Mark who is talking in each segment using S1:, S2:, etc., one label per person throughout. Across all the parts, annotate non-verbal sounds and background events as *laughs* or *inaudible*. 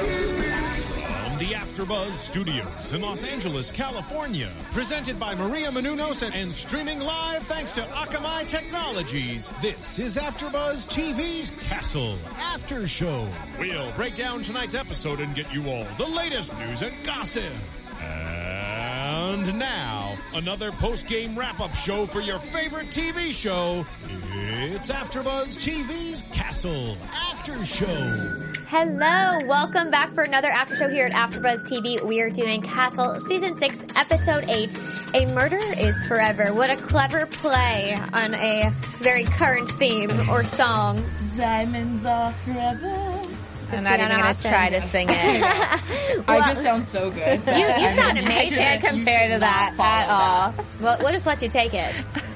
S1: From the AfterBuzz Studios in Los Angeles, California, presented by Maria Menounos and, and streaming live thanks to Akamai Technologies. This is AfterBuzz TV's Castle After Show. We'll break down tonight's episode and get you all the latest news and gossip. And now, another post-game wrap-up show for your favorite TV show. It's AfterBuzz TV's Castle After Show.
S2: Hello, welcome back for another after show here at AfterBuzz TV. We are doing Castle Season 6, Episode 8, A Murder is Forever. What a clever play on a very current theme or song.
S3: Diamonds are forever.
S4: I'm not even
S2: Christina
S4: gonna
S2: Austin.
S4: try to sing it.
S3: I just sound so good. *laughs*
S2: You, you sound
S4: I
S2: amazing.
S4: can't compare to that at all.
S2: Well, we'll just let you take it.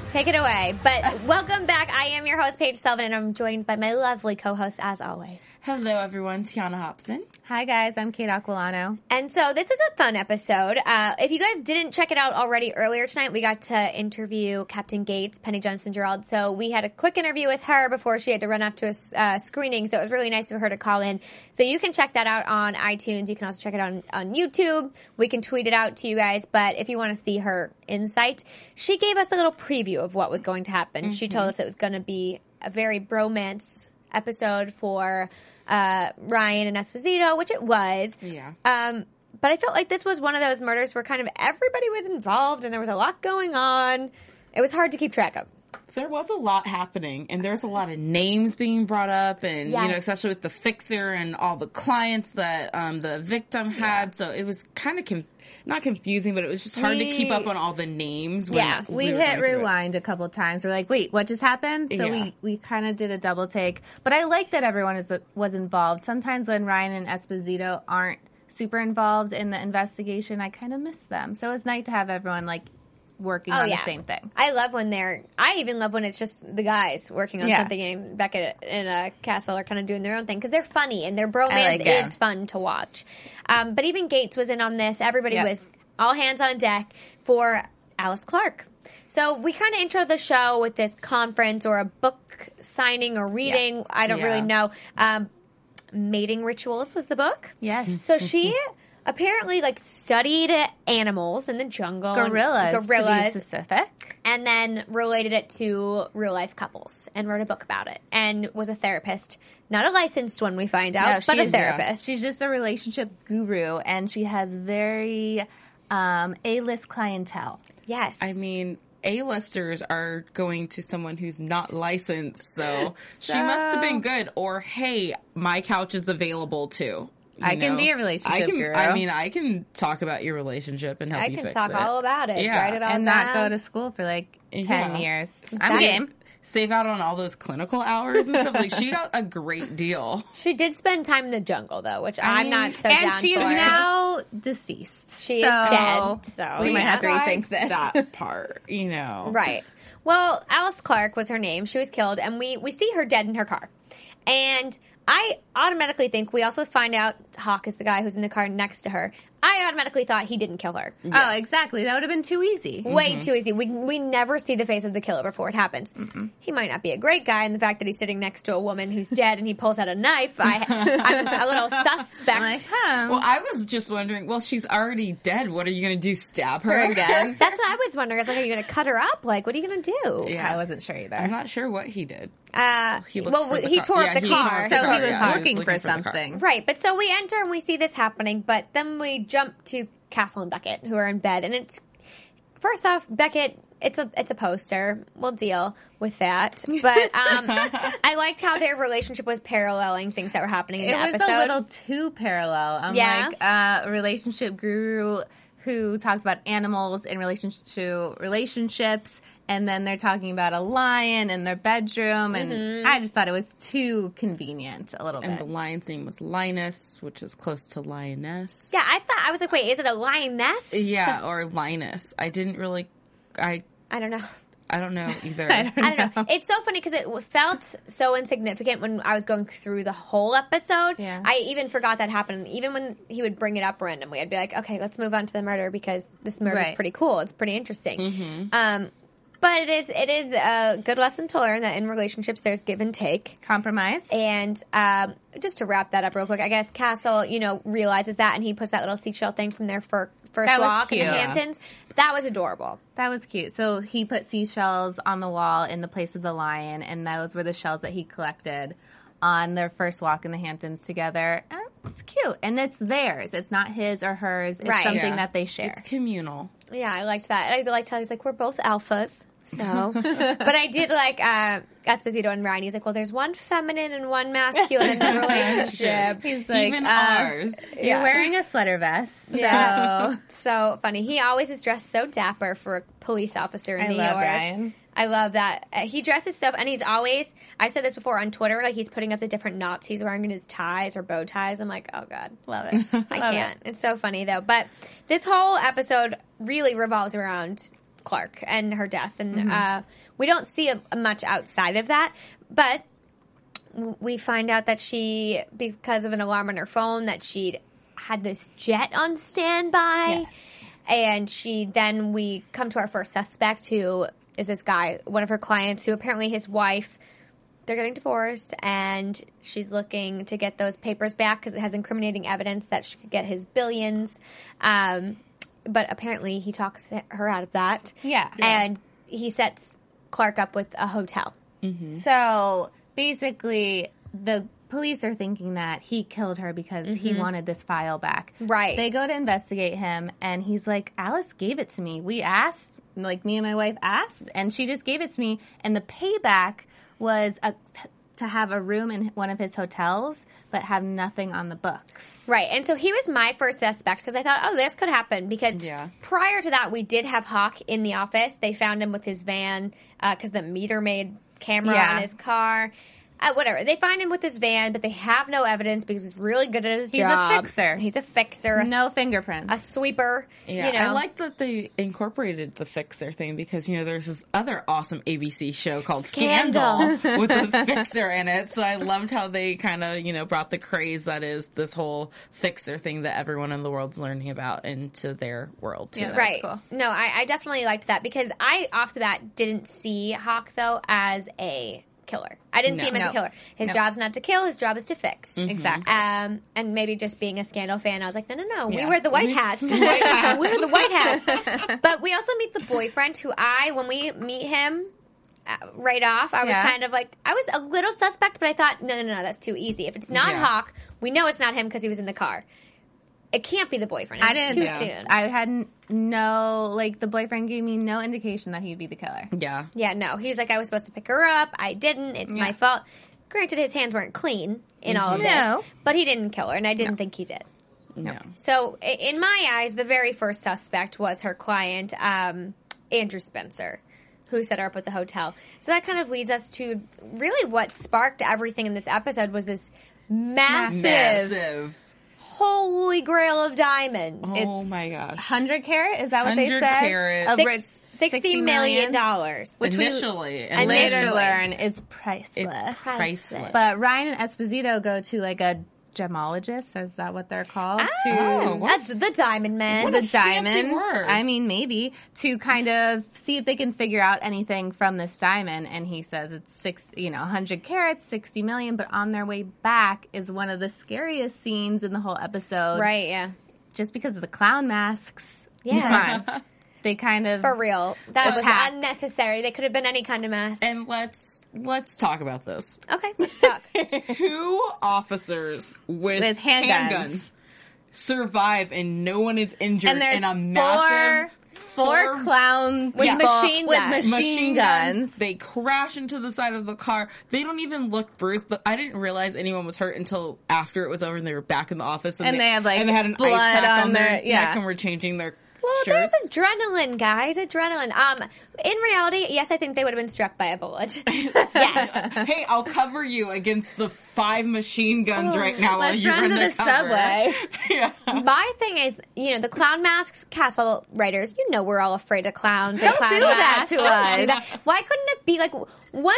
S2: Take it away. But welcome back. I am your host, Paige Selvin, and I'm joined by my lovely co-host, as always.
S3: Hello, everyone. Tiana Hobson.
S4: Hi guys, I'm Kate Aquilano.
S2: And so this is a fun episode. Uh, if you guys didn't check it out already earlier tonight, we got to interview Captain Gates, Penny Johnson Gerald. So we had a quick interview with her before she had to run off to a s- uh, screening. So it was really nice of her to call in. So you can check that out on iTunes. You can also check it out on, on YouTube. We can tweet it out to you guys. But if you want to see her insight, she gave us a little preview of what was going to happen. She told us it was going to be a very bromance episode for uh, Ryan and Esposito, which it was.
S3: Yeah.
S2: Um, but I felt like this was one of those murders where kind of everybody was involved and there was a lot going on. It was hard to keep track of.
S3: There was a lot happening, and there's a lot of names being brought up, and you know,
S2: Yes.
S3: especially with the fixer and all the clients that um, the victim had. So it was kind of com- not confusing, but it was just hard to keep
S4: We-
S3: up on all the names. When
S2: Yeah,
S4: We,
S3: were
S4: hit
S3: going through it.
S4: rewind a couple times. We're like, wait, what just happened? So
S3: Yeah.
S4: we, we kind of did a double take. But I like that everyone is was involved. Sometimes when Ryan and Esposito aren't super involved in the investigation, I kind of miss them. So it's nice to have everyone like working on the same thing.
S2: I love when they're. I even love when it's just the guys working on
S4: Yeah.
S2: something, and Becca and uh, Castle are kind of doing their own thing because they're funny and their bromance
S4: like it.
S2: is fun to watch. Um, but even Gates was in on this. Everybody
S4: Yep.
S2: was all hands on deck for Alice Clark. So we kind of intro the show with this conference or a book signing or reading. I don't really
S3: Yeah.
S2: know. Um, Mating rituals was the book.
S4: Yes.
S2: So she *laughs* apparently like studied animals in the jungle. and
S4: Gorillas, to be
S2: Gorillas
S4: specific.
S2: and then related it to real life couples and wrote a book about it and was a therapist. Not a licensed one, we find out,
S4: No,
S2: but a
S4: she's- uh,
S2: therapist.
S4: She's just a relationship guru, and she has very um, A-list clientele.
S2: yes.
S3: I mean, A-listers are going to someone who's not licensed, so, she must have been good. Or hey, my couch is available too. you
S4: I can be a relationship
S3: I can,
S4: guru.
S3: I mean, I can talk about your relationship and help
S2: I
S3: you
S2: can
S3: fix
S2: talk
S3: it.
S2: all about it,
S3: Yeah.
S2: write it all
S4: and
S2: down.
S4: not go to school for like 10
S3: Yeah.
S4: years. I'm
S2: Exactly.
S4: game.
S3: Save out on all those clinical hours and stuff. Like she got a great deal.
S4: *laughs*
S2: She did spend time in the jungle though, which I
S3: I
S2: am
S3: mean-
S2: not so
S4: And
S2: down
S4: she is
S2: for.
S4: now deceased.
S2: She is
S4: so
S2: dead, so
S4: we might have to
S3: Besides
S4: rethink this.
S3: that part. You know,
S2: Right. Well, Alice Clark was her name. She was killed, and we we see her dead in her car. And I automatically think we also find out Hawk is the guy who's in the car next to her. I automatically thought he didn't kill her.
S4: Oh, exactly. That would have been too easy.
S2: Way
S3: Mm-hmm.
S2: too easy. We we never see the face of the killer before it happens.
S3: Mm-hmm.
S2: He might not be a great guy, and the fact that he's sitting next to a woman who's dead and he pulls out a knife,
S3: *laughs*
S2: I, I'm a little suspect.
S4: Like, *laughs* huh.
S3: Well, I was just wondering. Well, she's already dead. What are you going to do? Stab her,
S4: her *laughs* again.
S2: That's what I was wondering. I was like, are you going to cut her up? Like, what are you going to do?
S3: Yeah.
S4: I wasn't sure
S3: I'm
S4: either.
S3: not sure what he did.
S2: Uh,
S3: He looked
S2: well,
S3: for the
S2: he
S3: car.
S2: tore
S3: Yeah,
S2: up the
S3: he tore
S2: car.
S3: up the
S4: So
S3: car,
S4: he was
S3: yeah.
S4: looking,
S3: Looking
S4: for,
S3: for the car.
S4: something.
S2: Right, but so we enter and we see this happening, but then we jump to Castle and Beckett, who are in bed, and it's first off, Beckett. It's a it's a poster. We'll deal with that. But
S4: *laughs*
S2: um, I liked how their relationship was paralleling things that were happening in
S4: It
S2: the
S4: was
S2: episode.
S4: a little too parallel. I'm
S2: Yeah.
S4: like a relationship guru who talks about animals in relation to relationships, and then they're talking about a lion in their bedroom, and I just thought it was too convenient a little
S3: And
S4: bit.
S3: the lion's name was Linus, which is close to lioness.
S2: yeah, I thought I was like, wait, is it a lioness?
S3: *laughs* Yeah, or Linus. I didn't really. I
S2: I don't know.
S3: I don't know either.
S4: *laughs* I don't know.
S2: I
S4: *laughs*
S2: don't know. It's so funny because it w- felt so insignificant when I was going through the whole episode.
S4: Yeah.
S2: I even forgot that happened. Even when he would bring it up randomly, I'd be like, okay, let's move on to the murder because this murder is
S4: Right. Mm-hmm.
S2: pretty cool. It's pretty interesting. Um, but it is it is a good lesson to learn that in relationships there's give and take.
S4: Compromise.
S2: And um, just to wrap that up real quick, I guess Castle, you know, realizes that and he puts that little seashell thing from their fir- first
S4: That was
S2: walk in the
S4: cute.
S2: Hamptons. That was adorable.
S4: That was cute. So he put seashells on the wall in the place of the lion, and those were the shells that he collected on their first walk in the Hamptons together. Eh, It's cute, and it's theirs. It's not his or hers. It's
S2: Right.
S4: something
S3: Yeah.
S4: that they share.
S3: It's communal.
S2: Yeah, I liked that. And I liked how he's like, we're both alphas.
S4: *laughs*
S2: So, but I did like uh, Esposito and Ryan. He's like, well, there's one feminine and one masculine
S4: *laughs*
S2: in the relationship.
S4: He's like,
S3: Even
S4: uh,
S3: ours.
S4: You're
S2: Yeah.
S4: wearing a sweater
S2: *laughs*
S4: vest, so
S2: Yeah. So funny. He always is dressed so dapper for a police officer in
S4: I
S2: New
S4: love
S2: York.
S4: Ryan.
S2: I love that. Uh, he dresses so, and he's always. I've said this before on Twitter. Like he's putting up the different knots he's wearing in his ties or bow ties. I'm like, oh god,
S4: *laughs* love it.
S2: *laughs* I
S4: Love it.
S2: can't. It's so funny though. But this whole episode really revolves around Clark and her death, and
S4: Mm-hmm.
S2: uh, we don't see a, a much outside of that. But w- we find out that she, because of an alarm on her phone, that she had this jet on standby,
S4: Yes.
S2: and she then we come to our first suspect, who is this guy, one of her clients, who apparently his wife they're getting divorced and she's looking to get those papers back because it has incriminating evidence that she could get his billions um, but apparently he talks her out of that
S4: Yeah. Yeah.
S2: and he sets clark up with a hotel
S4: So basically, the police are thinking that he killed her because he wanted this file back.
S2: Mm-hmm. Right.
S4: They go to investigate him, and he's like, Alice gave it to me. We asked, like, me and my wife asked, and she just gave it to me. And the payback was a. To have a room in one of his hotels, but have nothing on the books.
S2: Right. And so he was my first suspect because I thought, oh, this could happen. Because
S3: Yeah.
S2: prior to that, we did have Hawk in the office. They found him with his van because the meter made camera
S4: Yeah.
S2: on his car. Uh, whatever. They find him with his van, but they have no evidence because he's really good at his
S4: He's a
S2: job.
S4: fixer.
S2: He's a fixer. a
S4: No
S2: s-
S4: fingerprints.
S2: A sweeper.
S3: Yeah,
S2: You know.
S3: I like that they incorporated the fixer thing because you know there's this other awesome ABC show called Scandal, with a fixer in it. So I loved how they kind of you know brought the craze that is this whole fixer thing that everyone in the world's learning about into their world too.
S4: Yeah, that's
S2: right.
S4: cool.
S2: No, I, I definitely liked that because I, off the bat, didn't see Hawk, though, as a killer. I didn't see him as a
S4: No.
S2: killer. His
S4: No. Mm-hmm.
S2: job's not to kill, his job is to fix.
S4: Exactly.
S2: Um, and maybe just being a scandal fan, I was like, no, no, no, we
S3: Yeah.
S2: were the white hats. we *laughs* were the white hats. But we also meet the boyfriend who I, when we meet him uh, right off, I was
S4: Yeah.
S2: kind of like, I was a little suspect, but I thought, no, no, no, that's too easy. If it's not
S3: Yeah.
S2: Hawk, we know it's not him because he was in the car. It can't be the boyfriend. It's
S4: I didn't.
S2: too
S4: yeah.
S2: soon.
S4: I hadn't. No, like the boyfriend gave me no indication that he'd be the killer.
S3: Yeah.
S2: Yeah, no. He was like, I was supposed to pick her up. I didn't. It's my
S4: Yeah.
S2: fault. Granted, his hands weren't clean in all of this,
S4: No.
S2: but he didn't kill her, and I didn't think he did.
S3: No.
S2: So, i- in my eyes, the very first suspect was her client, um, Andrew Spencer, who set her up at the hotel. So that kind of leads us to really what sparked everything in this episode was this massive,
S3: Massive.
S2: holy grail of diamonds.
S3: Oh my gosh.
S4: Hundred carat? Is that what they
S3: 100
S4: said?
S3: carat.
S4: A
S2: Six-
S4: ri-
S2: $60 million. dollars.
S4: Which we
S3: Initially, and
S4: later
S3: then
S4: learn is priceless.
S3: it's priceless.
S4: but Ryan and Esposito go to like a gemologist. Is that what they're called?
S3: Oh,
S4: to
S3: what
S2: That's the diamond man.
S4: the
S3: a fancy
S4: diamond.
S3: word.
S4: I mean, maybe to kind of see if they can figure out anything from this diamond. And he says it's six, you know, hundred carats, sixty million. But on their way back is one of the scariest scenes in the whole episode,
S2: right, yeah.
S4: Just because of the clown masks.
S2: Yeah.
S4: Come on. They kind of
S2: For real. That was
S4: Attack.
S2: unnecessary. They could have been any kind of mask.
S3: and let's let's talk about this. *laughs*
S2: Okay, let's talk.
S3: two officers with,
S4: With handguns.
S3: handguns. survive and no one is injured
S4: and there's
S3: in a massive
S4: four, four
S3: four
S4: clown
S2: With
S4: people
S2: machine
S4: with
S2: guns.
S4: machine,
S3: machine
S4: guns.
S3: guns. They crash into the side of the car. They don't even look bruised. The- I didn't realize anyone was hurt until after it was over and they were back in the office.
S4: And they had, like,
S3: and they had an
S4: blood
S3: ice pack
S4: on
S3: on, their,
S4: their- yeah.
S3: neck and were changing their
S2: Well,
S3: shirts.
S2: there's adrenaline, guys. Adrenaline. Um, in reality, yes, I think they would have been struck by a
S4: *laughs*
S2: bullet. yes.
S3: *laughs* hey, I'll cover you against the five machine
S4: Oh,
S3: guns right now while
S4: Let's
S3: Oh, you
S4: run to the
S3: cover.
S4: subway.
S3: *laughs* yeah.
S2: My thing is, you know, the clown masks, cast level writers, you know, we're all afraid of clowns. and
S4: Don't
S2: clown
S4: do that
S2: masks.
S4: to
S2: Don't
S4: us.
S2: do that. Why couldn't it be like, when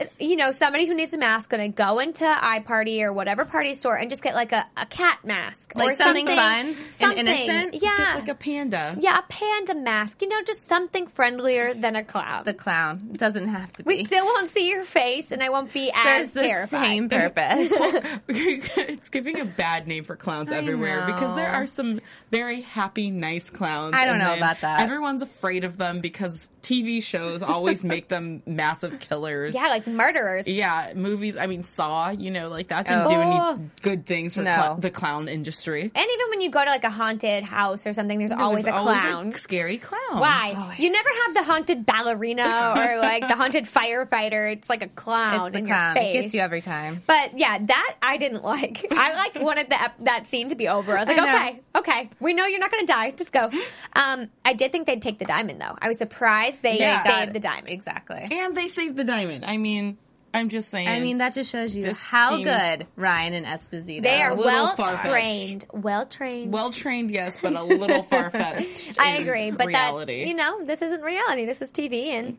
S2: is, you know, somebody who needs a mask going to go into iParty or whatever party store and just get like a, a cat mask or
S4: Like something
S2: something,
S4: fun and
S2: something.
S4: innocent?
S2: Yeah.
S3: Get like a panda.
S2: yeah, a panda mask. You know, just something friendlier than a clown.
S4: The clown It doesn't have to be.
S2: we still won't see your face, and I won't be
S4: Serves
S2: as
S4: the
S2: terrified. *laughs*
S4: same
S3: *laughs*
S4: purpose.
S3: it's giving a bad name for clowns everywhere because there
S4: know.
S3: are some very happy, nice clowns.
S4: I don't
S3: and
S4: know
S3: then
S4: about that.
S3: Everyone's afraid of them because TV shows
S4: *laughs*
S3: always make them massive killers.
S2: Yeah, like murderers.
S3: Yeah, movies. I mean, Saw. You know, like that didn't
S4: Oh.
S3: do
S2: Oh.
S3: any good things for
S4: No.
S3: cl- the clown industry.
S2: And even when you go to like a haunted house or something, there's
S3: There
S2: always
S3: was
S2: a clown.
S3: scary clown.
S2: Why?
S4: Always.
S2: You never have the haunted ballerina
S4: *laughs*
S2: or like the haunted firefighter. It's like a clown
S4: it's the
S2: in
S4: clown.
S2: your
S4: It
S2: face.
S4: gets you every time.
S2: But yeah, that I didn't like. I
S4: *laughs*
S2: like wanted the ep- that scene to be over. I was like,
S4: I know.
S2: okay, okay, we know you're not going to die. Just go. Um, I did think they'd take the diamond though. I was surprised they
S4: Yeah.
S2: saved the diamond.
S4: Exactly.
S3: And they saved the diamond. I mean, I'm just saying.
S4: I mean, that just shows you
S3: This
S4: how
S3: seems-
S4: good Ryan and Esposito.
S2: They are
S3: little
S2: well
S3: far-fetched.
S2: trained. Well trained.
S3: well trained, yes, but a little far
S2: *laughs*
S3: fetched.
S2: I agree, but
S3: reality.
S2: that's you know, this isn't reality. This is TV, and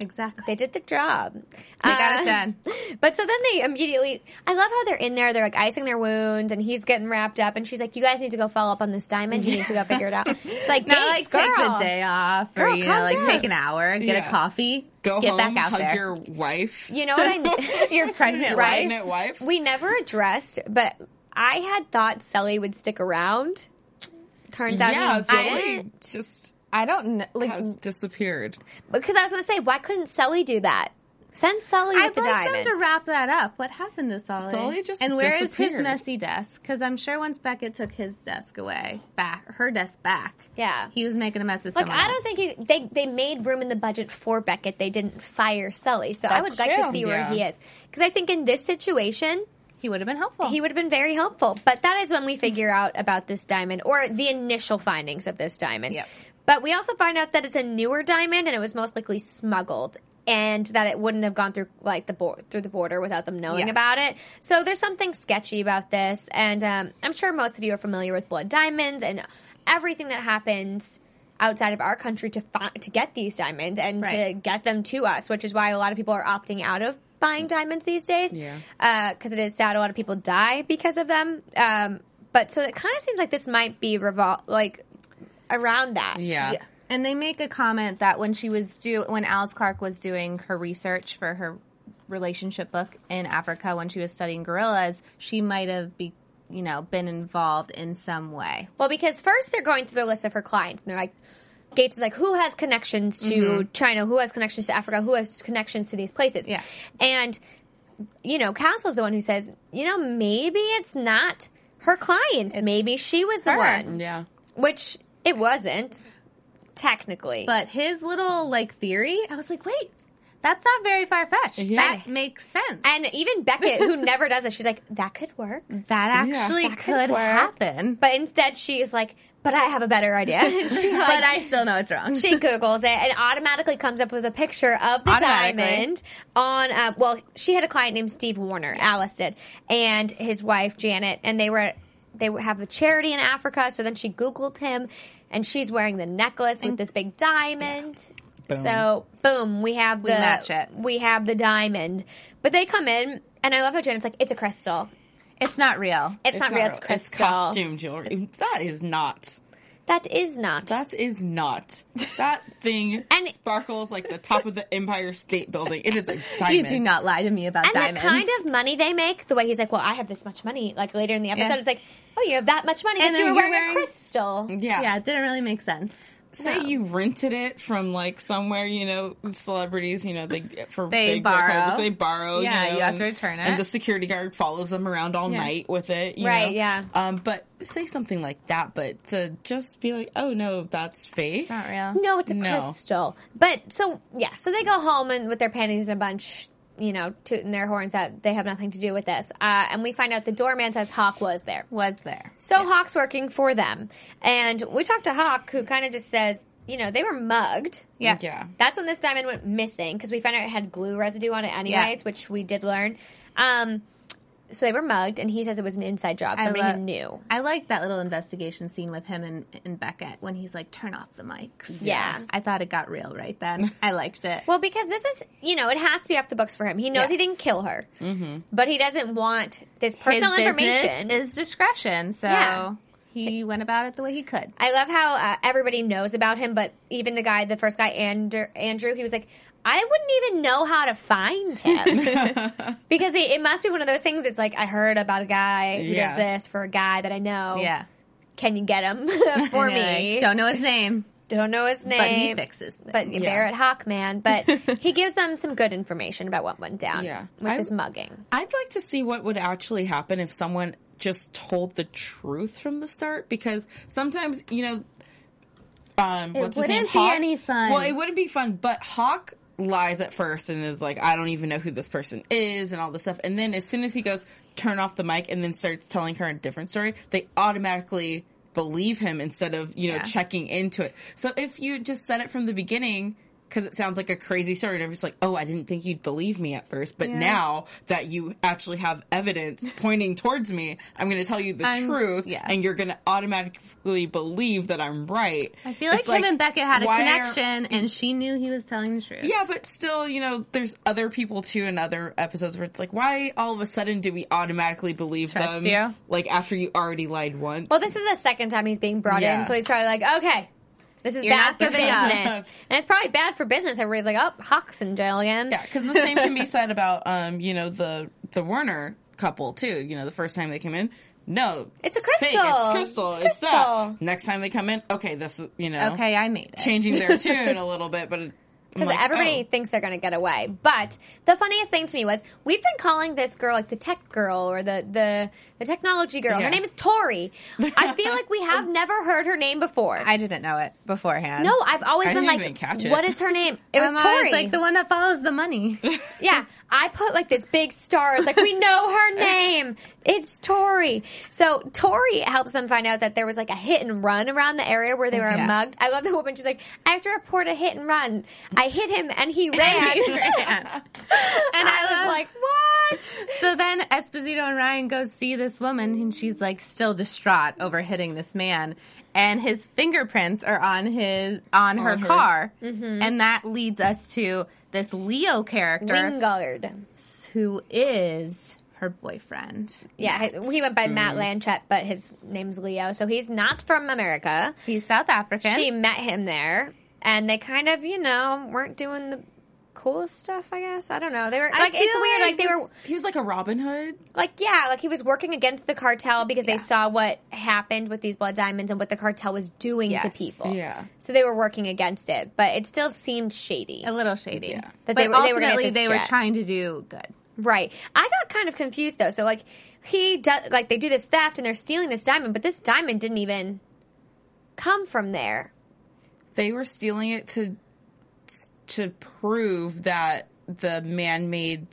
S4: exactly.
S2: they did the job. Uh,
S4: They got it done.
S2: *laughs* But so then they immediately. I love how they're in there. They're like icing their wounds, and he's getting wrapped up. And she's like, "You guys need to go follow up on this diamond. You need
S4: *laughs*
S2: to go figure it out." It's like,
S4: Not
S2: "Thanks,
S4: like
S2: girl.
S4: take the day off or
S2: Girl,
S4: you know,
S2: calm
S4: like
S2: down.
S4: take an hour, get
S3: Yeah.
S4: a coffee,
S3: Go
S4: get
S3: home,
S4: back out
S3: hug
S4: there.
S3: your wife,
S2: You know what
S4: *laughs*
S2: I?
S4: Your
S2: Right?
S4: pregnant wife.
S3: pregnant
S2: *laughs*
S3: wife.
S2: we never addressed, but I had thought Sully would stick around. Turns out
S3: yeah,
S2: he
S3: Zoe
S2: didn't.
S3: just
S4: I don't know. Like,
S3: has disappeared.
S2: Because I was going to say, why couldn't Sully do that? Send Sully
S4: I'd
S2: with the
S4: like
S2: diamond.
S4: them to wrap that up. What happened to Sully?
S3: Sully just
S4: and where is
S3: disappeared.
S4: his messy desk? Because I'm sure once Beckett took his desk away, back her desk back,
S2: Yeah.
S4: he was making a mess of
S2: Like
S4: someone
S2: I don't
S4: else.
S2: think you, they they made room in the budget for Beckett. They didn't fire Sully, so I
S4: That's
S2: would like to
S4: true.
S2: see where
S3: Yeah.
S2: he is because I think in this situation
S4: he would have been helpful. Mm-hmm.
S2: he would have been very helpful. But that is when we figure out about this diamond or the initial findings of this diamond.
S4: Yep.
S2: But we also find out that it's a newer diamond and it was most likely smuggled. And that it wouldn't have gone through like the board through the border without them knowing
S4: Yeah.
S2: about it. So there's something sketchy about this, and um, I'm sure most of you are familiar with blood diamonds and everything that happens outside of our country to fi- to get these diamonds and to
S4: Right.
S2: get them to us, which is why a lot of people are opting out of
S4: Mm.
S2: buying diamonds these days.
S3: Yeah.
S2: Because Uh, it is sad. A lot of people die because of them. Um, but so it kind of seems like this might be revol- like around that.
S3: Yeah.
S4: Yeah. And they make a comment that when she was do when Alice Clark was doing her research for her relationship book in Africa when she was studying gorillas, she might have be you know been involved in some way.
S2: Well, because first they're going through the list of her clients and they're like, Gates is like, who has connections to China? Who has connections to Africa? Who has connections to these places?
S4: Mm-hmm. Yeah.
S2: And, you know, Council's the one who says, you know, maybe it's not her clients. maybe she was the
S4: her.
S2: one.
S3: Yeah.
S2: Which it wasn't, technically.
S4: But his little like theory, I was like, wait, that's not very far fetched. That makes sense.
S2: and even Beckett, who *laughs* never does it, she's like, that could work.
S4: that
S3: Yeah.
S4: actually
S2: That could
S4: could
S2: work.
S4: happen. But,
S2: But instead, she is like, but I have a better idea. *laughs* she, *laughs* like,
S4: I still know it's wrong.
S2: she Googles it and automatically comes up with a picture of the
S4: Automatically.
S2: diamond on, uh, well, she had a client named Steve Warner, Alice did, and his wife, Janet, and they were, they have a charity in Africa. So then she Googled him and she's wearing the necklace with this big diamond. So boom, we have the
S4: match it.
S2: we have the diamond. But they come in and I love how Janet's like, it's a crystal.
S4: it's not real.
S2: It's, not real, it's
S3: It's
S2: crystal.
S3: costume jewelry. That is not.
S2: That is not.
S3: That
S2: *laughs*
S3: is not. That thing
S2: And-
S3: sparkles like the top of the Empire State Building. It is a diamond.
S4: You do not lie to me about
S2: and
S4: diamonds.
S2: the kind of money they make, the way he's like, "Well, I have this much money." Like later in the episode,
S4: Yeah.
S2: it's like, "Oh, you have that much money,
S4: And
S2: but you were
S4: then
S2: wearing,
S4: you're
S2: a
S4: wearing-
S2: crystal."
S3: Yeah.
S4: yeah, it didn't really make sense.
S3: Say you rented it from like somewhere, you know, celebrities, you know, they for
S4: They
S3: big book
S4: borrow.
S3: holders, they borrow.
S4: Yeah,
S3: know,
S4: you have
S3: and-
S4: to return it.
S3: And the security guard follows them around all
S4: Yeah.
S3: night with it. you
S2: Right,
S3: know?
S2: yeah.
S3: Um, but say something like that, but to just be like, oh no, that's fake.
S4: Not real.
S2: No, it's a
S3: No.
S2: crystal. But so yeah, so they go home and with their panties in a bunch, you know, tooting their horns that they have nothing to do with this. Uh, and we find out the doorman says Hawk was there.
S4: was there.
S2: So Hawk's working for them. And we talked to Hawk, who kind of just says, you know, they were mugged.
S4: Yeah.
S3: Yeah.
S2: That's when this diamond went missing because we found out it had glue residue on it, anyways, which we did learn. Um, so they were mugged, and he says it was an inside job.
S4: I
S2: Somebody
S4: lo-
S2: who knew.
S4: I like that little investigation scene with him and, and Beckett when he's like, turn off the mics.
S2: Yeah.
S4: I thought it got real right
S2: *laughs*
S4: then. I liked it.
S2: Well, because this is, you know, it has to be off the books for him. He knows he
S4: Yes.
S2: didn't kill her, mm-hmm. but he doesn't want this
S4: His
S2: personal
S4: business
S2: information.
S4: is discretion. So
S2: Yeah.
S4: he went about it the way he could.
S2: I love how uh, everybody knows about him, but even the guy, the first guy, Andrew, Andrew he was like, I wouldn't even know how to find him
S4: *laughs*
S2: because they, it must be one of those things. It's like I heard about a guy who
S3: Yeah.
S2: does this for a guy that I know.
S4: Yeah.
S2: can you get him *laughs* for
S4: And you're
S2: me?
S4: like, Don't know his name,
S2: Don't know his name,
S4: but he fixes things.
S2: But Barrett Hawkman,
S4: *laughs*
S2: but he gives them some good information about what went down
S3: Yeah.
S2: with
S3: I-
S2: his mugging.
S3: I'd like to see what would actually happen if someone just told the truth from the start because sometimes, you know, um, what's his name?
S4: wouldn't be any fun.
S3: Well, it wouldn't be fun, but Hawk lies at first and is like, I don't even know who this person is and all this stuff. And then as soon as he goes, turn off the mic and then starts telling her a different story, they automatically believe him instead of, you know,
S4: Yeah.
S3: checking into it. So if you just said it from the beginning, because it sounds like a crazy story, and everyone's like, oh, I didn't think you'd believe me at first, but now that you actually have
S4: *laughs*
S3: evidence pointing towards me, I'm going to tell you the
S4: I'm-
S3: truth,
S4: yeah.
S3: and you're going to automatically believe that I'm right.
S4: I feel like
S3: It's
S4: him and Beckett had a
S3: why are-
S4: connection, and she knew he was telling the truth.
S3: yeah, but still, you know, there's other people too in other episodes where it's like, why all of a sudden do we automatically believe
S4: Trust
S3: them?
S4: you.
S3: Like after you already lied once.
S2: Well, this is the second time he's being brought
S3: Yeah.
S2: in, so he's probably like, okay, this is
S4: You're
S2: bad
S4: not
S2: for
S4: giving up.
S2: business. And it's probably bad for business. Everybody's like, oh, Hawk's in jail again.
S3: yeah, because the same *laughs* can be said about, um, you know, the the Werner couple too. You know, the first time they came in, no,
S2: It's a
S3: fake,
S2: crystal.
S3: it's crystal,
S2: It's
S3: it's,
S2: crystal.
S3: that. Next time they come in, okay, this is you know,
S4: Okay, I made it.
S2: *laughs*
S3: changing their tune a little bit, but it- I'm
S2: Because
S3: like,
S2: everybody
S3: oh.
S2: thinks they're going to get away. But the funniest thing to me was we've been calling this girl like the tech girl or the the, the technology girl.
S3: Yeah.
S2: Her name is Tori. I feel
S4: *laughs*
S2: like we have never heard her name before.
S4: I didn't know it beforehand.
S2: no, I've always
S3: I
S2: been
S3: didn't
S2: like,
S3: even catch it.
S2: what is her name? It was
S4: I'm always
S2: Tori.
S4: like the one that follows the *laughs* money.
S2: Yeah, I put like this big star. It's like we know
S3: *laughs*
S2: her name. It's Tori. So Tori helps them find out that there was like a hit and run around the area where they were
S4: Yeah.
S2: mugged. I love the woman. She's like, I have to report a hit and run. I hit him and
S3: *laughs*
S2: he ran.
S4: and I
S2: I
S4: was
S2: was like,
S4: like,
S2: what?
S4: so then Esposito and Ryan go see this woman, and she's like still distraught over hitting this man, and his fingerprints are on his on, her,
S3: her.
S4: car,
S2: Mm-hmm.
S4: and that leads us to this Leo character
S2: Wingard.
S4: who is her boyfriend.
S2: Yeah, he went by Matt Lanchette, but his name's Leo, so he's not from America.
S4: He's South African.
S2: She met him there, and they kind of, you know, weren't doing the coolest stuff. I guess I don't know. They were
S4: I
S2: like, it's
S4: feel
S2: weird. Like
S4: like
S2: they were.
S3: oh. He was like a Robin Hood.
S2: like yeah like he was working against the cartel because they saw what happened with these blood diamonds and what the cartel was doing to
S4: Yes.
S2: people
S3: Yeah.
S2: so they were working against it but it still seemed shady
S4: a little shady,
S3: Yeah.
S2: That
S4: but
S2: they were- they were gonna
S4: ultimately
S2: hit this
S4: they were
S2: jet.
S4: trying to do good.
S2: right i got kind of confused though so like he does like they do this theft and they're stealing this diamond but this diamond didn't even come from there
S3: They were stealing it to to prove that the man-made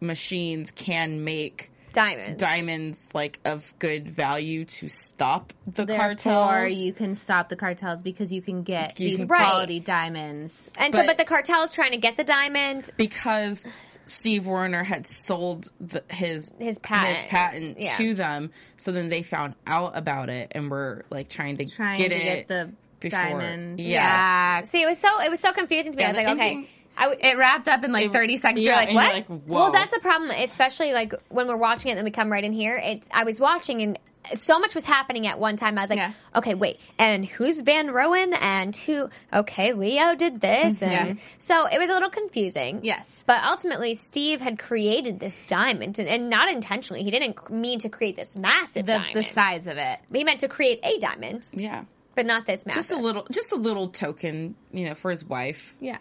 S3: machines can make
S2: diamond
S3: diamonds like of good value to stop the
S4: Therefore,
S3: cartels.
S4: you can stop the cartels because you can get
S3: You
S4: these
S3: can-
S2: Right.
S4: quality diamonds.
S2: and so
S3: but-
S2: but the cartel is trying to get the diamond
S3: because Steve Warner had sold the, his
S2: His patent.
S3: patent
S2: Yeah.
S3: to them, so then they found out about it and were like trying to
S4: Trying
S3: get
S4: to
S3: it
S4: get the
S3: before.
S4: diamond.
S3: Yes.
S4: Yeah.
S2: see it was so it was so confusing to me
S3: Yeah,
S2: i was
S3: the
S2: like okay
S3: ending-
S2: I w-
S4: It wrapped up in like 30 seconds.
S3: yeah,
S4: you're
S3: and you're
S4: like,
S3: like,
S4: what?
S3: whoa.
S2: Well, that's the problem, especially like when we're watching it and we come right in here. It's I was watching and so much was happening at one time. I was like,
S4: Yeah.
S2: okay, wait, and who's Van Rowan and who? Okay, Leo did this, and so it was a little confusing.
S4: Yes.
S2: but ultimately, Steve had created this diamond, and, and not intentionally. He didn't c- mean to create this massive
S4: the,
S2: diamond.
S4: the size of it.
S2: He meant to create a diamond,
S3: yeah,
S2: but not this massive.
S3: just a little, just a little token, you know, for his wife.
S4: Yeah.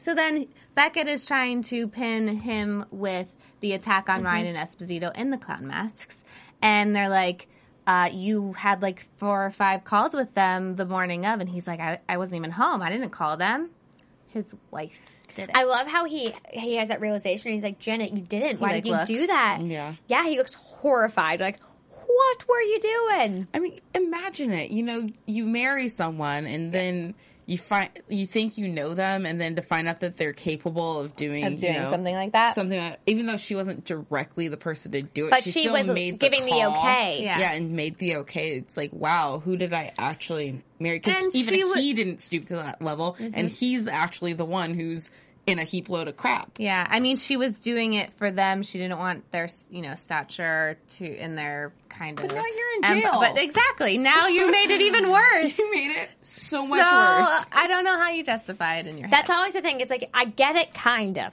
S4: So then Beckett is trying to pin him with the attack on Ryan and Esposito in the clown masks. And they're like, uh, you had like four or five calls with them the morning of. And he's like, I, I wasn't even home. I didn't call them. His wife did it.
S2: I love how he he has that realization. He's like, Janet, you didn't. Why
S4: like,
S2: did you
S4: looks-
S2: do that?
S3: Yeah.
S2: yeah. He looks horrified. Like, what were you doing?
S3: I mean, imagine it. You know, you marry someone and then you find you think you know them, and then to find out that they're capable of doing,
S4: Of doing
S3: you know,
S4: something like that.
S3: Something like, even though she wasn't directly the person to do it,
S2: But she
S3: still
S2: was
S3: made
S2: giving the
S3: call.
S2: okay.
S3: Yeah.
S4: Yeah.
S3: and made the okay. It's like, wow, who did I actually marry? Because
S4: And
S3: even
S4: she
S3: he
S4: wa- Mm-hmm.
S3: didn't stoop to that level, and he's actually the one who's in a heap load of *laughs* crap.
S4: Yeah, I mean, she was doing it for them. She didn't want their, you know, stature to in their kind of.
S3: now you're in
S4: em-
S3: jail.
S4: but exactly, now you made it even worse.
S3: You made it so
S4: so
S3: much worse.
S4: I don't know how you justify it in your
S2: That's
S4: head.
S2: always the thing. It's like I get it, kind of,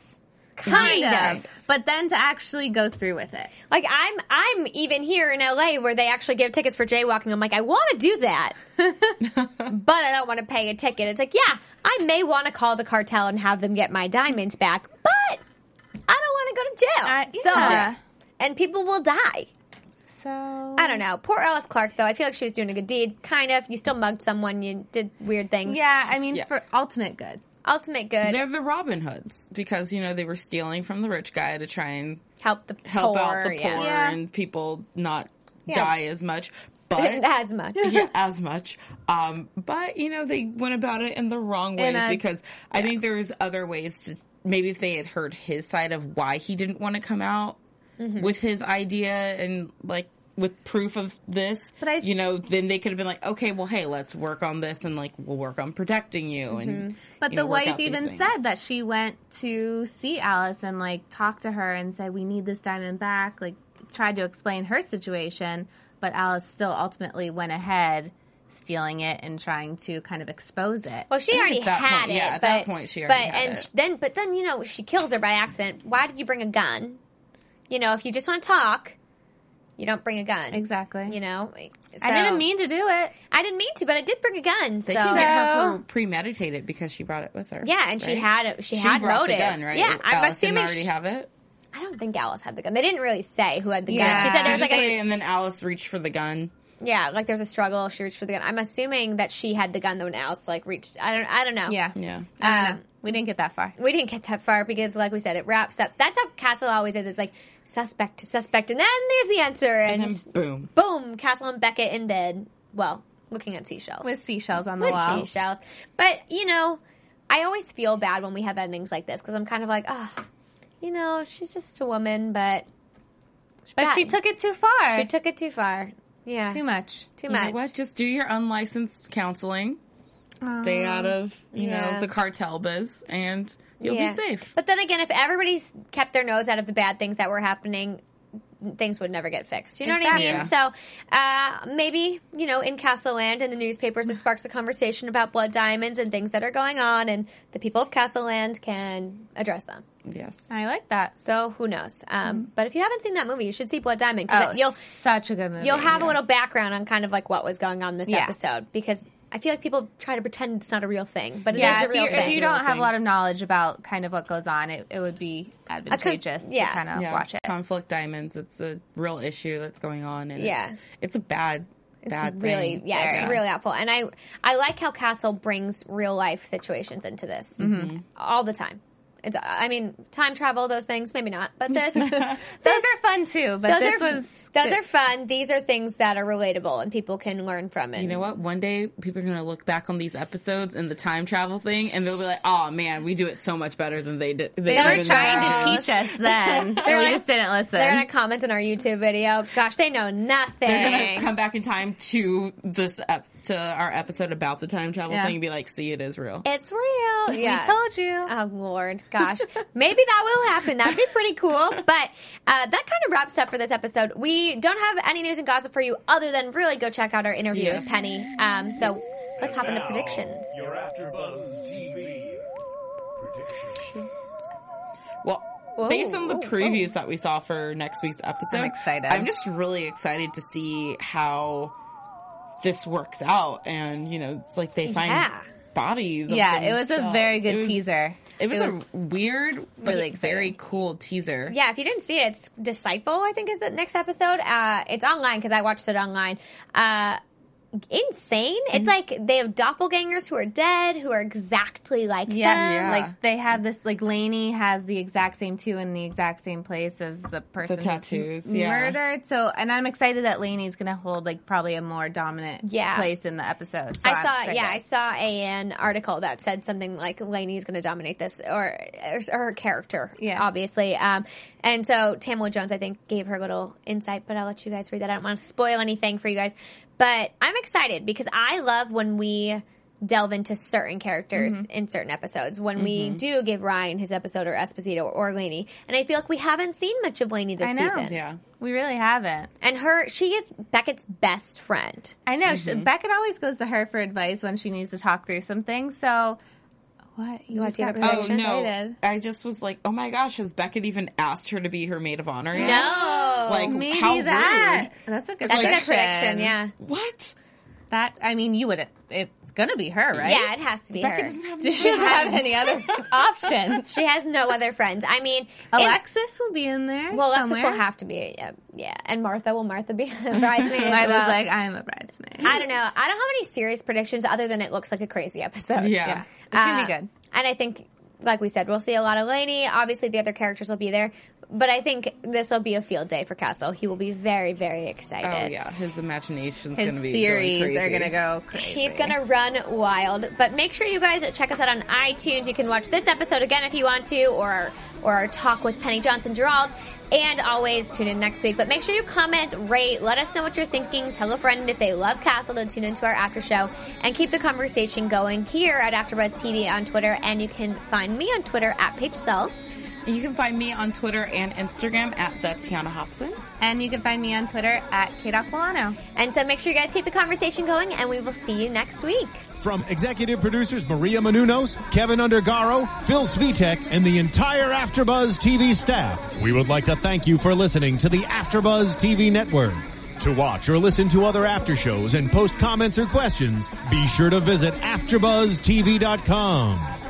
S4: Kind
S2: kind of.
S4: of, but then to actually go through with it.
S2: Like I'm, I'm even here in LA where they actually give tickets for jaywalking. I'm like, I want to do that, but I don't want to pay a ticket. It's like, yeah, I may want to call the cartel and have them get my diamonds back, but I don't want to go to jail.
S4: I-
S2: So,
S4: yeah.
S2: and people will die.
S4: So
S2: I don't know. Poor Alice Clark, though. I feel like she was doing a good deed, kind of. You still mugged someone. You did weird things.
S4: Yeah, I mean,
S3: Yeah.
S4: for ultimate good.
S2: Ultimate good.
S3: They're the Robin Hoods because you know they were stealing from the rich guy to try and
S2: help the
S3: help
S2: poor.
S3: out the poor
S2: yeah.
S4: Yeah.
S3: and people not
S2: Yeah.
S3: die as much. But
S2: *laughs* As much.
S3: *laughs* yeah, as much. Um, but you know, they went about it in the wrong ways
S4: In a-
S3: because I think there was other ways to maybe if they had heard his side of why he didn't want to come out with his idea and like with proof of this,
S4: But I-
S3: you know, then they could have been like, okay, well, hey, let's work on this and like we'll work on protecting you. And
S4: But
S3: you
S4: the
S3: know, work
S4: wife
S3: out these
S4: even
S3: things.
S4: said that she went to see Alice and like talk to her and said, "We need this diamond back." Like tried to explain her situation, but Alice still ultimately went ahead stealing it and trying to kind of expose it.
S2: Well, she
S3: think
S2: already
S3: at that
S2: had
S3: point-
S2: it.
S3: yeah, at
S2: but,
S3: that point, she already
S2: but,
S3: had
S2: and
S3: it.
S2: sh- then, but then you know she kills her by accident. Why did you bring a gun? You know, if you just want to talk, you don't bring a gun.
S4: Exactly.
S2: You know,
S4: I
S2: So-
S4: didn't mean to do it.
S2: I didn't mean to, but I did bring a gun. So
S3: they can get her
S4: So-
S3: for premeditated because she brought it with her.
S2: yeah, and she
S3: right?
S2: had it. She, had
S3: brought
S2: motive.
S3: the gun, right?
S2: Yeah, I'm
S3: Alice didn't
S2: assuming.
S3: already
S2: she-
S3: have it.
S2: I don't think Alice had the gun. They didn't really say who had the
S4: Yeah.
S2: gun. She said there was
S3: Just
S2: like
S3: Uh, say-
S2: a,
S3: and then Alice reached for the gun.
S2: yeah, like there was a struggle. She reached for the gun. I'm assuming that she had the gun when Alice like reached. I don't. I don't know.
S4: Yeah.
S3: Yeah.
S4: I don't
S2: Um,
S4: know. We didn't get that far.
S2: we didn't get that far because, like we said, it wraps up. That's how Castle always is. It's like suspect to suspect, and then there's the answer, and,
S3: And then boom.
S2: boom, Castle and Beckett in bed. Well, looking at seashells
S4: With seashells on the
S2: with
S4: wall.
S2: seashells. But you know, I always feel bad when we have endings like this because I'm kind of like, oh, you know, she's just a woman, but
S4: But she
S2: That-
S4: took it too far.
S2: she took it too far. Yeah,
S4: too much.
S2: Too
S3: You know
S2: much.
S3: what? Just do your unlicensed counseling. Stay out of, you
S2: Um, Yeah.
S3: know, the cartel biz and you'll
S2: Yeah.
S3: be safe.
S2: But then again, if everybody s- kept their nose out of the bad things that were happening, things would never get fixed. You know
S4: Exactly.
S2: what I mean? So uh, maybe you know, in Castle Land and the newspapers, it sparks a conversation about blood diamonds and things that are going on, and the people of Castle Land can address them.
S3: yes.
S4: I like that.
S2: So who knows? Um, But if you haven't seen that movie, you should see Blood Diamond because
S4: Mm-hmm. Oh,
S2: you'll
S4: such a good movie.
S2: you'll have a little background on kind of like what was going on this
S4: Yeah.
S2: episode because I feel like people try to pretend it's not a real thing, but it is
S4: yeah,
S2: a
S4: if
S2: real
S4: you,
S2: thing.
S4: if you
S3: Real
S4: don't have
S3: thing.
S4: a lot of knowledge about kind of what goes on, it, it would be advantageous
S2: yeah.
S4: to kind of
S3: Yeah.
S4: watch it.
S3: Conflict diamonds. It's a real issue that's going on. And
S2: Yeah.
S3: It's, it's a bad, bad
S2: really
S3: thing.
S2: yeah it's
S4: Yeah.
S2: really helpful and i i like how castle brings real life situations into this
S3: Mm-hmm.
S2: all the time it's i mean time travel those things maybe not but
S3: *laughs*
S2: this those
S4: Those are fun too, but this
S2: are
S4: was
S2: those are fun these are things that are relatable and people can learn from it
S3: You know what? One day people are going to look back on these episodes and the time travel thing and they'll be like, oh man, we do it so much better than they did.
S4: they
S3: did
S4: were
S3: in the
S4: trying to
S3: past."
S4: teach us then. and we
S2: like-
S4: just didn't listen.
S2: they're gonna comment on our youtube video gosh they know
S3: They're gonna
S2: nothing
S3: come back in time to this up to our episode about the time travel
S4: Yeah.
S3: thing and be like, "See, it is real."
S2: it's real yeah
S4: We told you.
S2: Oh Lord, gosh, maybe that will happen. That'd be pretty cool. But uh, that kind of wraps up for this episode. We don't have any news and gossip for you other than really go check out our interview with
S3: Yes.
S2: Penny. Um, so let's hop into
S5: Now,
S2: predictions.
S5: Your AfterBuzz TV predictions.
S3: Well,
S2: Whoa,
S3: based on the
S2: whoa,
S3: previews that we saw for next week's episode,
S4: I'm excited.
S3: I'm just really excited to see how this works out, and you know, it's like they find
S2: Yeah.
S3: bodies. of
S4: yeah, it was a
S3: themselves.
S4: very good
S3: It was-
S4: teaser.
S3: It was,
S4: It was
S3: a weird, but
S4: really
S3: very
S4: exciting.
S3: cool teaser.
S2: Yeah, if you didn't see it, it's Disciple. I think is the next episode. Uh, it's online because I watched it online. Uh, insane.
S3: Mm-hmm.
S2: It's like they have doppelgangers who are dead, who are exactly like
S4: Yeah.
S2: them.
S3: Yeah.
S4: Like they have this like Lainey has the exact same two in the exact same place as the person who's
S3: tattoos, yeah.
S4: murdered. So and I'm excited that Lainey's gonna hold like probably a more dominant
S2: Yeah.
S4: place in the episode. So
S2: I
S4: I'm
S2: saw,
S4: excited.
S2: yeah, I saw a, an article that said something like Lainey's going to dominate this, or, or her character,
S4: Yeah.
S2: obviously. Um, and so Tamla Jones, I think, gave her a little insight, but I'll let you guys read that. I don't want to spoil anything for you guys, but I'm excited because I love when we delve into certain characters
S4: Mm-hmm.
S2: in certain episodes. When we do give Ryan his episode or Esposito or Lainey, and I feel like we haven't seen much of Lainey this
S4: I know.
S2: season.
S3: Yeah.
S4: We really haven't.
S2: And her, she is Beckett's best friend.
S4: I know
S2: Mm-hmm.
S4: she, Beckett always goes to her for advice when she needs to talk through something. So what you
S2: want
S4: just
S2: to do
S4: got
S2: a
S4: really
S3: Oh
S2: prediction?
S4: excited.
S3: no! I just was like, oh my gosh, has Beckett even asked her to be her maid of honor? Yet?
S2: No.
S3: Like
S4: Oh, Maybe
S3: how rude.
S4: that. That's a good
S2: That's a
S4: prediction.
S2: good prediction, yeah.
S3: What?
S4: That I mean, you would. It's gonna be her, right?
S2: Yeah, it has to be her.
S3: Beckett doesn't have
S4: *laughs* Does she
S3: any
S2: *laughs*
S4: have
S3: friends.
S4: any other options?
S2: She has no other friends. I mean, It,
S4: Alexis will be in there.
S2: well, Alexis
S4: somewhere.
S2: will have to be. Yeah, yeah. And Martha will Martha be *laughs* a bridesmaid? as
S4: Martha's
S2: well?
S4: like, I'm a bridesmaid.
S2: I don't know. I don't have any serious predictions other than it looks like a crazy episode.
S3: Yeah.
S4: yeah, it's gonna be
S2: Uh,
S4: good.
S2: And I think, like we said, we'll see a lot of Lainey. Obviously, the other characters will be there, but I think this will be a field day for Castle. He will be very, very excited.
S3: Oh yeah, his imagination's
S4: His
S3: gonna be
S4: theories
S3: going
S4: are
S3: crazy.
S4: gonna go crazy.
S2: He's gonna run wild. But make sure you guys check us out on iTunes. You can watch this episode again if you want to, or our, or our talk with Penny Johnson Gerald. And always tune in next week. But make sure you comment, rate, let us know what you're thinking. Tell a friend if they love Castle to tune into our after show and keep the conversation going here at AfterBuzz TV on Twitter. And you can find me on Twitter at Paige Sell.
S3: You can find me on Twitter and Instagram at the Tiana Hobson.
S4: And you can find me on Twitter at Kate Aquilano.
S2: And so make sure you guys keep the conversation going, and we will see you next week.
S1: From executive producers Maria Manunos, Kevin Undergaro, Phil Svitek, and the entire Afterbuzz TV staff, we would like to thank you for listening to the Afterbuzz TV network. To watch or listen to other after shows and post comments or questions, be sure to visit AfterbuzzTV.com.